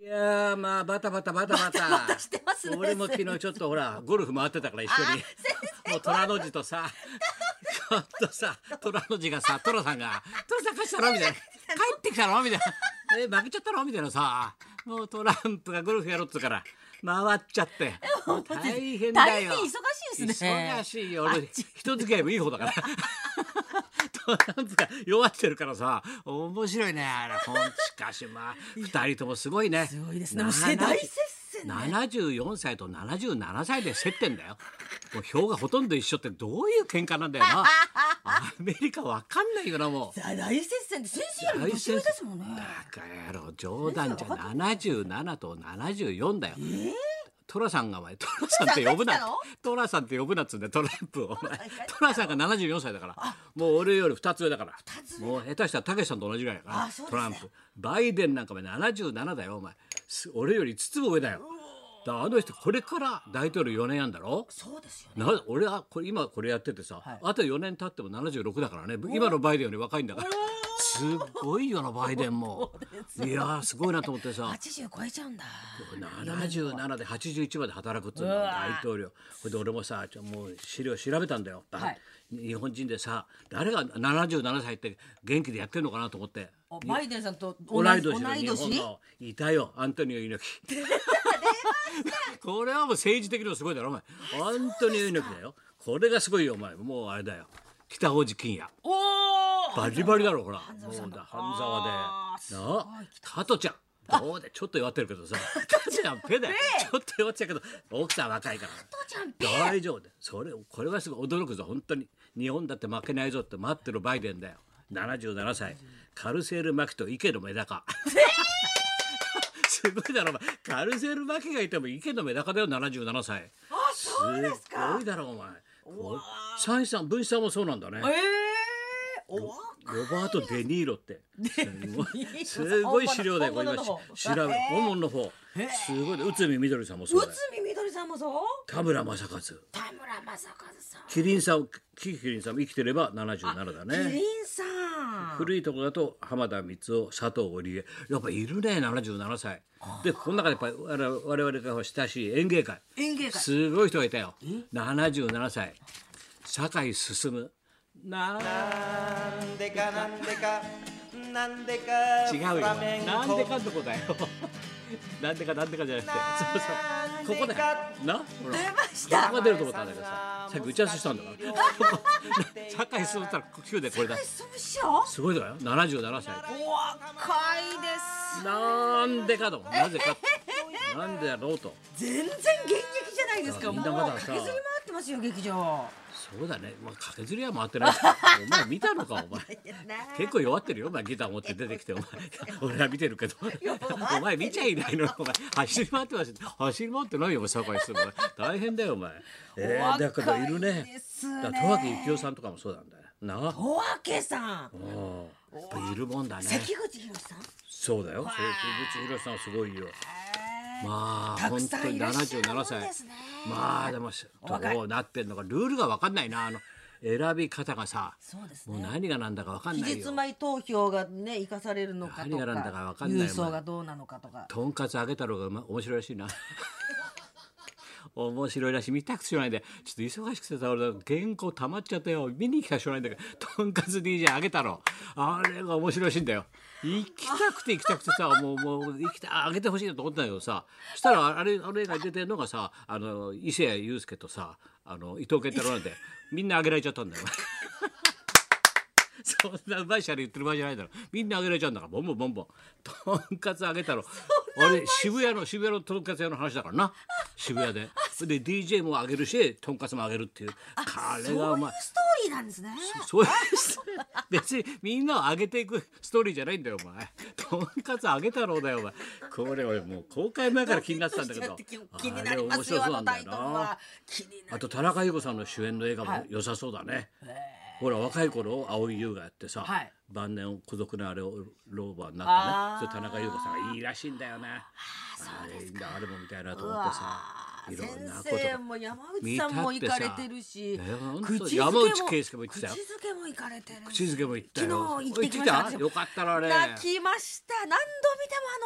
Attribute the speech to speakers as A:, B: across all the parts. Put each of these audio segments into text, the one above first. A: いやーまあバタバタバタバタ
B: バタしてますね
A: 俺も昨日ちょっとほらゴルフ回ってたから一緒にもう虎の字とさちょっとさ虎の字がさ寅さんが「寅さん帰ってたの?」みたいな「帰ってきたの?」みたいな「え負けちゃったの?」みたいなさもうトランプがゴルフやろうっつうから回っちゃってもう大変だよ
B: 大変忙しいですね
A: 忙しいよ俺人付き合いもいい方だから。なんつか弱ってるからさ面白いねあれほんしかしまあ2人ともすごいね
B: すごいですねもう世代接戦ね
A: 74歳と77歳で接点だよもう票がほとんど一緒ってどういう喧嘩なんだよ なアメリカわかんないよなもう
B: 大接戦って先生よりも年上ですもんね
A: バカ野郎冗談じゃ77と74だよ、トラさんがお前トラさんって呼ぶなってトラさんって呼ぶなっつうんだよトランプをお前トラさんが74歳だからもう俺より2つ上だからもう下手したらたけしさんと同じぐらいだから
B: あそうです
A: ト
B: ね
A: ランプバイデンなんかお前77だよお前す俺より5つも上だよだからあの人これから大統領4年やんだろ
B: そうですよね
A: な俺はこれ今これやっててさ、あと4年経っても76だからね今のバイデンより若いんだからすっごいよなバイデンもいやーすごいなと思ってさ
B: 80超えちゃうんだ
A: 77で81まで働くっていうの
B: う
A: が
B: わ
A: 大統領ほいで俺もさちょもう資料調べたんだよ、
B: はい
A: 日本人でさ誰が77歳って元気でやってるのかなと思って
B: あバイデンさんと同
A: 同
B: じ
A: い年
B: 同
A: の
B: い
A: 日本
B: 年
A: のいたよアントニオ猪 木これはもう政治的にもすごいだろお前アントニオ猪木だよこれがすごいよお前もうあれだよ北大路欣也
B: おー
A: バリバリだろほらも
B: 沢さん
A: う
B: だ
A: だ半沢で
B: あーすごい
A: なあ加トちゃんどうでちょっと弱ってるけ どさ加トちゃんペだよちょっと弱っちゃうけど奥さん若いから
B: 父ちゃんペ
A: 大丈夫だよそれこれはすごい驚くぞ本当に日本だって負けないぞって待ってるバイデンだよ77歳カルセール・マキと池のメダカすごいだろお前カルセール・マキがいても池のメダカだよ77歳
B: あそうです
A: す
B: か
A: ごいだろお前こうサイさん文枝さんもそうなんだね
B: ええおわ
A: ロバート・デ・ニーロって
B: ロさん
A: すごい資料だよこれ今
B: 本物の方
A: し調べる
B: へー
A: 本物の方すごいで内海みどりさんもそうだよ
B: 内海みどりさんもそう
A: 田村正和
B: 田村正和さん
A: キリンさんキキリンさんも生きてれば77だ
B: キリ
A: ね
B: ンさん
A: 古いとこだと浜田光夫佐藤織江やっぱいるね77歳でこの中でやっぱり我々我々が親しい演芸会
B: 演芸会
A: すごい人がいたよ77歳酒井進な
C: なんでかなんでかなんでか
A: 違うよ。
C: フラメンコ
A: なんでかんとこだよ。 なんでかなんでかじゃなくて、そうそう。ここだよ。な、ほら。
B: 出ました
A: ここが出ると思ったんだけどさ、さっき打ち合わせしたんだから。ここ酒井進むったら9でこれだ。
B: そうっしょ
A: すごいだよ。77歳。
B: お若いです
A: なんでかと、なぜか。なんでだろうと。
B: 全然現役じゃないですか
A: み
B: も
A: ん
B: う
A: なまだ
B: 駆
A: さ
B: けずり回ってますよ劇場
A: そうだね。まあ駆けずりは回ってない。お前見たのかお前。結構弱ってるよ、お前ギター持って出てきて、お前、俺は見てるけど、お前見ちゃいないの、お前、走り回ってます。走り回ってないよ、お前、酒井する大変だよ、お前。えー、だからいる
B: い
A: ね
B: で。すね
A: だから、戸脇幸雄さんとかもそうなんだよ。なあ、
B: おわけさん
A: うんやっぱいるもんだね。
B: 関口宏さん
A: そうだよ、関口宏さんはすごいよ。まあ、
B: たく
A: 本
B: さ
A: 当
B: んい
A: に
B: らっ
A: 77
B: しゃるもんで
A: 歳。
B: すね
A: まあ、でも、
B: 若い
A: どうなってんのか、ルールが分かんないな、あの、選び方がさ。
B: そうです
A: もう
B: ね
A: 何がなんだか分かん
B: 期
A: ない
B: 日
A: よ。
B: 前投票がね生かされるのかと
A: 何
B: か
A: がなんだかわかんない
B: 郵送がどうなのかとか
A: とんかつ揚げ太郎がうま面白いらしいな面白いらしい見たくてしょうがないんでちょっと忙しくてさ俺原稿溜まっちゃったよ見に行きたくてしょうがないんだけどとんかつ DJ 揚げ太郎あれが面白いらしいんだよ行きたくて行きたくてさもうもう行きたあげてほしいなと思ったんだけどさそしたらあれあれが出てるのがさあの伊勢谷友介とさあの伊藤健太郎なんでみんなあげられちゃったんだよ。そんなうまいシャレ言ってる場合じゃないだろみんなあげられちゃうんだからボンボンボンボンとんかつあげたろ俺渋谷の渋谷のとんかつ屋の話だからな渋谷でで DJ もあげるしとんかつもあげるっていうあれが
B: そううい
A: ま
B: う
A: い
B: ストーリーなんですね
A: そういうストーリー別にみんなをあげていくストーリーじゃないんだよお前とんかつあげたろうだよお前これ俺もう公開前から気になってたんだけど
B: 気になりますよ
A: あ
B: あ
A: れ面白そうな
B: の
A: ん
B: タ
A: だ
B: イ
A: よ
B: トル
A: な
B: は気にな
A: あ
B: る
A: と田中裕子さんの主演の映画も良さそうだね。ほら若い頃蒼井優がやってさ、
B: はい
A: 晩年孤独なあれを老婆になった
B: あー
A: ねそれ田中裕子さんがいいらしいんだよねあれいいんだあれもみたいなと思ってさ
B: あ
A: いろ
B: 先
A: んなこと
B: 生も山口さんも行かれてる
A: 見
B: し
A: たってさねほんと
B: 口づけ
A: 山
B: も
A: 内圭介も行ってたよ
B: 口づけも行かれてる
A: 口づけも行ったよ
B: 昨日行ってきました
A: 行ってきたよかったなあれ
B: 泣きました何度見ても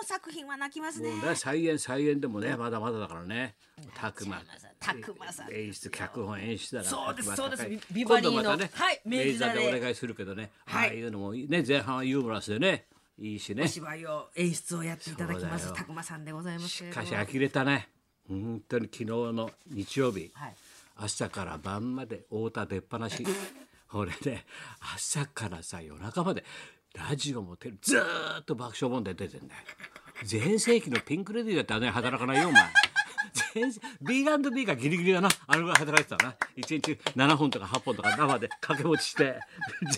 B: あの作品は泣きますね
A: もうね再演再演でもねまだまだだからねたくま
B: たくまさん
A: 演出脚本演出だから
B: そうです
A: たくま高い
B: そうですビバリーの
A: 今度またね、
B: はい
A: 明
B: 明
A: 治
B: 治
A: 座
B: 座で
A: でお願いするけどね、
B: はい
A: ああいうのもいいね前半はユーモラスでねいいしねし
B: 芝居を演出をやっていただきま
A: そう
B: す
A: だよ
B: たくまさんでございますけれど
A: か
B: も
A: し呆れたね本当に昨日の日曜日、
B: はい
A: 朝から晩まで太田出っ放 し俺ね朝からさ夜中までラジオもテレビずーっと爆笑問題出てんだよ全盛期のピンク・レディーだってあんなに働かないよお前全盛 B&B がギリギリだなあのぐらい働いてたな一日7本とか8本とか生で掛け持ちして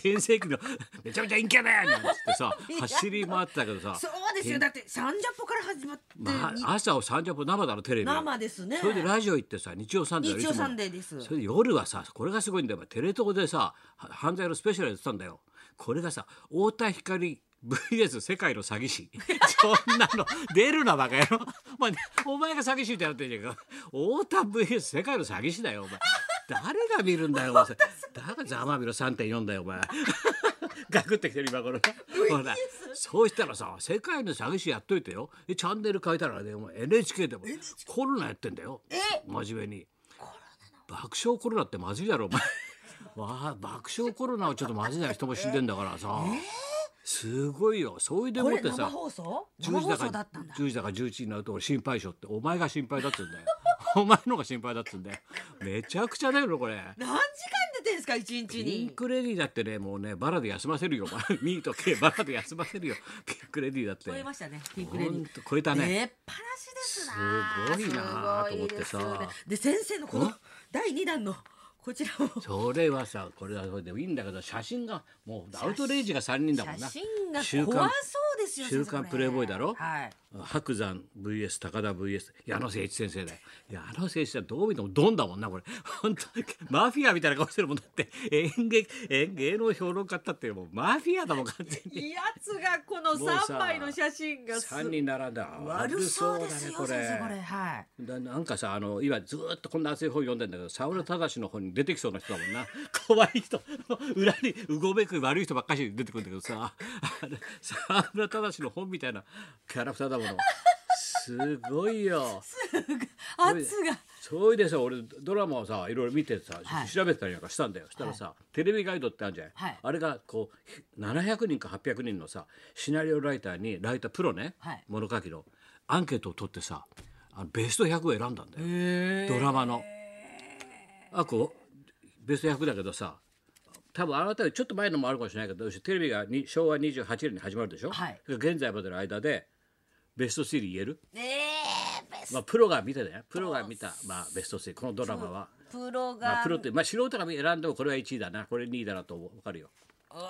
A: 全盛期のめちゃめちゃ陰キャだよなんつってさ走り回ってたけどさ
B: そうですよだってサンジャポから始まって
A: ま
B: に
A: あ、朝を30分生だろテレビは
B: 生ですね
A: それでラジオ行ってさ日曜サンデーだろ
B: 日曜
A: いつも
B: サンデーです
A: それで夜はさこれがすごいんだよテレ東でさは犯罪のスペシャルやってたんだよこれがさ太田光 VS 世界の詐欺 師そんなの出るなバカ野郎、まあね、お前が詐欺師みたいになってんじゃんか太田 VS 世界の詐欺師だよお前誰が見るんだよお前だからざまみろ3.4だよお 前ガクってきてる今頃ほらそうしたらさ世界の詐欺師やっといてよでチャンネル変えたらねお前 NHK でもコロナやってんだよ真面目に。爆笑コロナってまずいだろお前 わあ爆笑コロナはちょっとまずいな人も死んでんだからさ、すごいよそれで
B: こ
A: もっ
B: れ
A: て
B: 生
A: さ
B: 放送生
A: 10時
B: 放
A: だか
B: 送だ
A: ら
B: ったんだ
A: 10時だから11時になると俺心配性ってお前が心配だっつうんだよ お前の方が心配だっつうんだよめちゃくちゃだよこれ。
B: 何時間出てんすか一日
A: ピン
B: に
A: クレディーだってねもうねバラで休ませるよお前 ミート系バラで休ませるよピンクレディーだって
B: 超えましたねピンクレデ
A: ほ
B: ィ
A: んと超えたね
B: 出っ放しですな
A: すごいなと思ってさ
B: すごいですよねで先生のこの第二弾のこちらも
A: それはさこれはそれでいいんだけど写真がもうアウトレイジが3人だもんな
B: 写真が
A: 週
B: 怖
A: 刊
B: そうですよ
A: 週
B: 先生
A: 刊
B: これ
A: プレイボーイだろ
B: はい
A: 白山 VS 高田 VS 矢野誠一先生だよ矢野誠一さんどう見てもドンだもんなこれ本当マフィアみたいな顔してるもんだって演劇演芸能評論家ったってもうマフィアだもん完全に
B: やつがこの
A: もうさ
B: 三枚の写真がす
A: 3人並んだ
B: 悪そうですよ
A: 悪そうだ
B: 先生これはい
A: だなんかさあの今ずーっとこんな熱い本読んでんだけど沢村忠の本に出てきそうな人だもんな怖い人裏にうごめく悪い人ばっかり出てくるんだけどさあの沢村忠の本みたいなキャラクターだものすごいよ
B: 圧が
A: それでさ俺ドラマをさいろいろ見てさ、
B: はい
A: 調べてたりなんかしたんだよしたらさ、テレビガイドってあるじゃん、
B: はい
A: あれがこう700人か800人のさシナリオライターにライタープロね、
B: はい
A: 物書きのアンケートを取ってさあのベスト100を選んだんだよ。ドラマの。あこうベスト100だけどさ多分あなたよりちょっと前のもあるかもしれないけどテレビがに昭和28年に始まるでしょ、
B: はい
A: 現在までの間でベスト3言える、
B: えーベス
A: まあ、プロが見たねプロが見た、まあ、ベスト3このドラマは。
B: プロ
A: まあ、
B: が
A: プロって、まあ、素人が選んでもこれは1位だなこれ2位だなと分かるよ。
B: うわ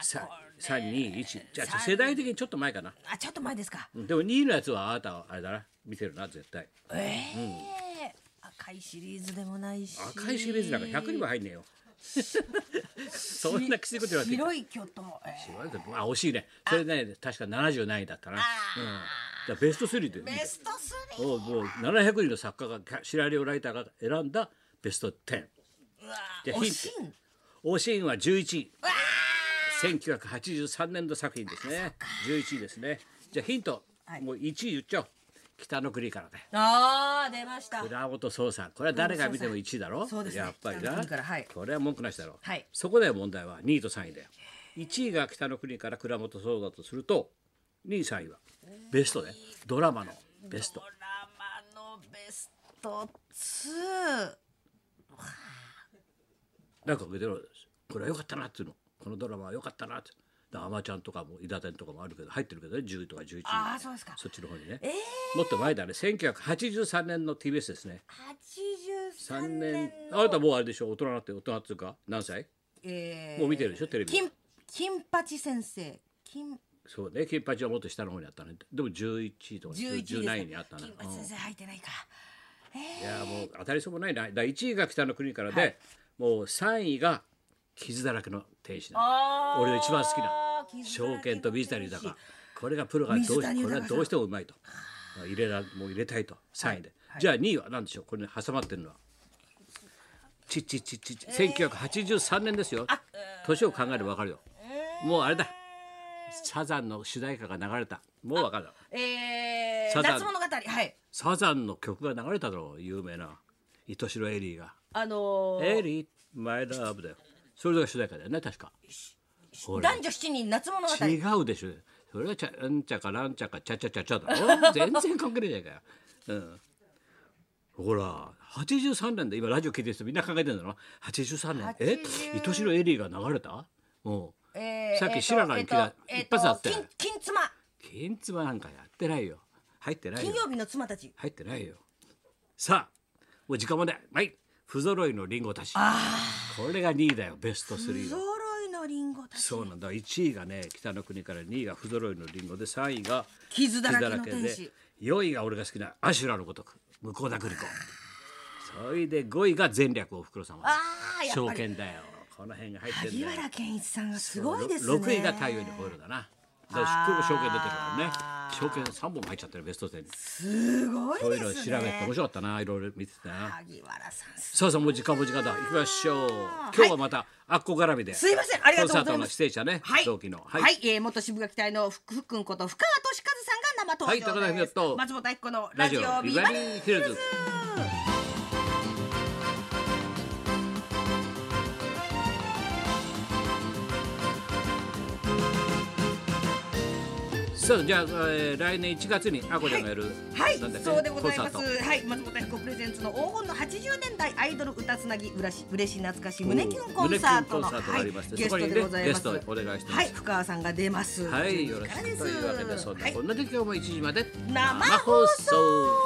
B: ー
A: さ321じゃあ世代的にちょっと前かな
B: あちょっと前ですか
A: うんでも2位のやつはあなたはあれだな見てるな絶対
B: ええ赤いシリーズでもないし
A: 赤いシリーズなんか100にも入んねえよ そんなきついこと言われて
B: 白い巨頭、えー
A: 白いけどあ惜しいねそれね確か70何位だったな、うん、じゃあベスト3で
B: ベスト3
A: おうもう700人の作家がシナリオライターが選んだベスト10
B: うわ
A: じ
B: ー
A: ゃあ
B: お
A: ヒント
B: しん
A: オシーンは11位1983年度作品ですね11位ですねじゃあヒント、
B: はい
A: もう1位言っちゃおう北の国からね
B: あー出ました
A: 倉本壮さんこれは誰が見ても1位だろ
B: そうですね
A: やっぱり
B: 北の
A: な、
B: 国からはい
A: これは文句なしだろ、
B: はい
A: そこで問題は2位と3位だよ1位が北の国から倉本壮だとすると2位3位はベストねドラマのベスト
B: ドラマのベスト2
A: なんか受けてるこれは良かったなっていうのこのドラマは良かったなってだからアマちゃんとかも伊達天とかもあるけど入ってるけどね10位とか11位
B: ああそうですか
A: そっちの方にね、もっと前だね1983年の TBS ですね
B: 83
A: 3
B: 年
A: 年あなたもうあれでしょ大人になって大人っていうか何歳
B: えー
A: もう見てるでしょテレビ
B: 金金八先生金
A: そうね金八はもっと下の方にあったねでも11位とか
B: 11です
A: 17位にあったな、
B: 金
A: う
B: 八
A: ん
B: 先生入ってないか、
A: いやもう当たりそうもないな第1位が北の国からで、もう3位が傷だらけの天使
B: あ
A: だ
B: ー
A: 俺の一番好きな
B: 傷だらけの天使
A: 証券と水谷豊これがプロがどう
B: 水
A: し
B: 谷
A: こ
B: 豊
A: れ
B: さん
A: はどうしてもうまいと入れらもう入れたいと3位で、じゃあ2位は何でしょうこれ、ね、挟まってるのはちちちちち1983年ですよ年を考えれば分かるよもうあれだサザンの主題歌が流れたもう分かる
B: え
A: サ
B: ー、
A: ザン
B: 夏物語はい
A: サザンの曲が流れただろう有名な糸代エリーが
B: あの
A: 「
B: ー
A: エリーマイラブ」だよそれが主題歌だよね確かほら
B: 男女七人夏物語
A: 違うでしょそれはちゃんちゃかなんちゃかちゃちゃちゃちゃ だろ全然関係ないじゃないかよ、うん、ほら83年で今ラジオ聞いてる人みんな考えてるんだろ83年え
B: 80
A: 愛しのエリーが流れたうん
B: えー
A: さっき
B: えーと
A: シララに来た
B: えーと
A: 一発あったよ
B: えーと金金妻
A: 金妻なんかやってないよ入ってないよ
B: 金曜日の妻たち
A: 入ってないよさあもう時間まではい不揃いのリンゴたちこれが2位だよベスト3
B: 不
A: は
B: 揃いのリンゴたち
A: そうなんだ1位がね北の国から2位が不揃いのリンゴで3位が
B: 傷だらけの
A: 傷
B: 天使
A: 4位が俺が好きなアシュラのごとく向田邦子それで5位が前略おふくろ様
B: あーやっ
A: 証
B: ぱり
A: 券だよこの辺が入ってん
B: 萩
A: だよ
B: 原健一さんがすごいですね
A: 6位が太陽にほえるだなだから
B: あー
A: 証券出てるからね証券3本も入っちゃってるベスト10に
B: すごい
A: そうい
B: で
A: うの調
B: す
A: べて面
B: ね
A: 白かったないろいろ見ててな
B: 萩原さんす
A: さあさあもう時間も時間だ行きましょう今日はまたあっこ絡みです
B: いませんありがとうござい
A: コン
B: ます
A: サートの出演者ね
B: はい、
A: 同期の
B: はい、えー元渋垣隊のふふっくんこと深川俊和さんが生登場
A: はい高田文
B: で
A: 夫
B: す、
A: と
B: 松本明子の
A: ラ
B: ラ
A: ジ
B: ジ
A: オ
B: オ
A: ビ
B: ビ
A: バ
B: バ
A: リ
B: リ
A: ー
B: ー
A: ヒ
B: ヒ
A: ル
B: ル
A: ズ
B: ズ
A: さあじゃあ、えー来年1月にあこちゃんがやる、
B: はい、
A: なんだっけ
B: そうでござい
A: コ
B: ま
A: ンサート
B: す。はい、松本彦プレゼンツの黄金の80年代アイドル歌つなぎ、うらし、嬉しい懐かしい胸キュンコンサートの。
A: 胸キュンコンサートがありまして
B: はいゲストでございます。
A: そこにねゲストお願いしてます
B: はい、深川さんが出ます。
A: はい
B: 10
A: よろし
B: からで
A: く
B: す
A: というわけでそんな
B: はい
A: こんなで今日も1時まで
B: 生
A: 生放送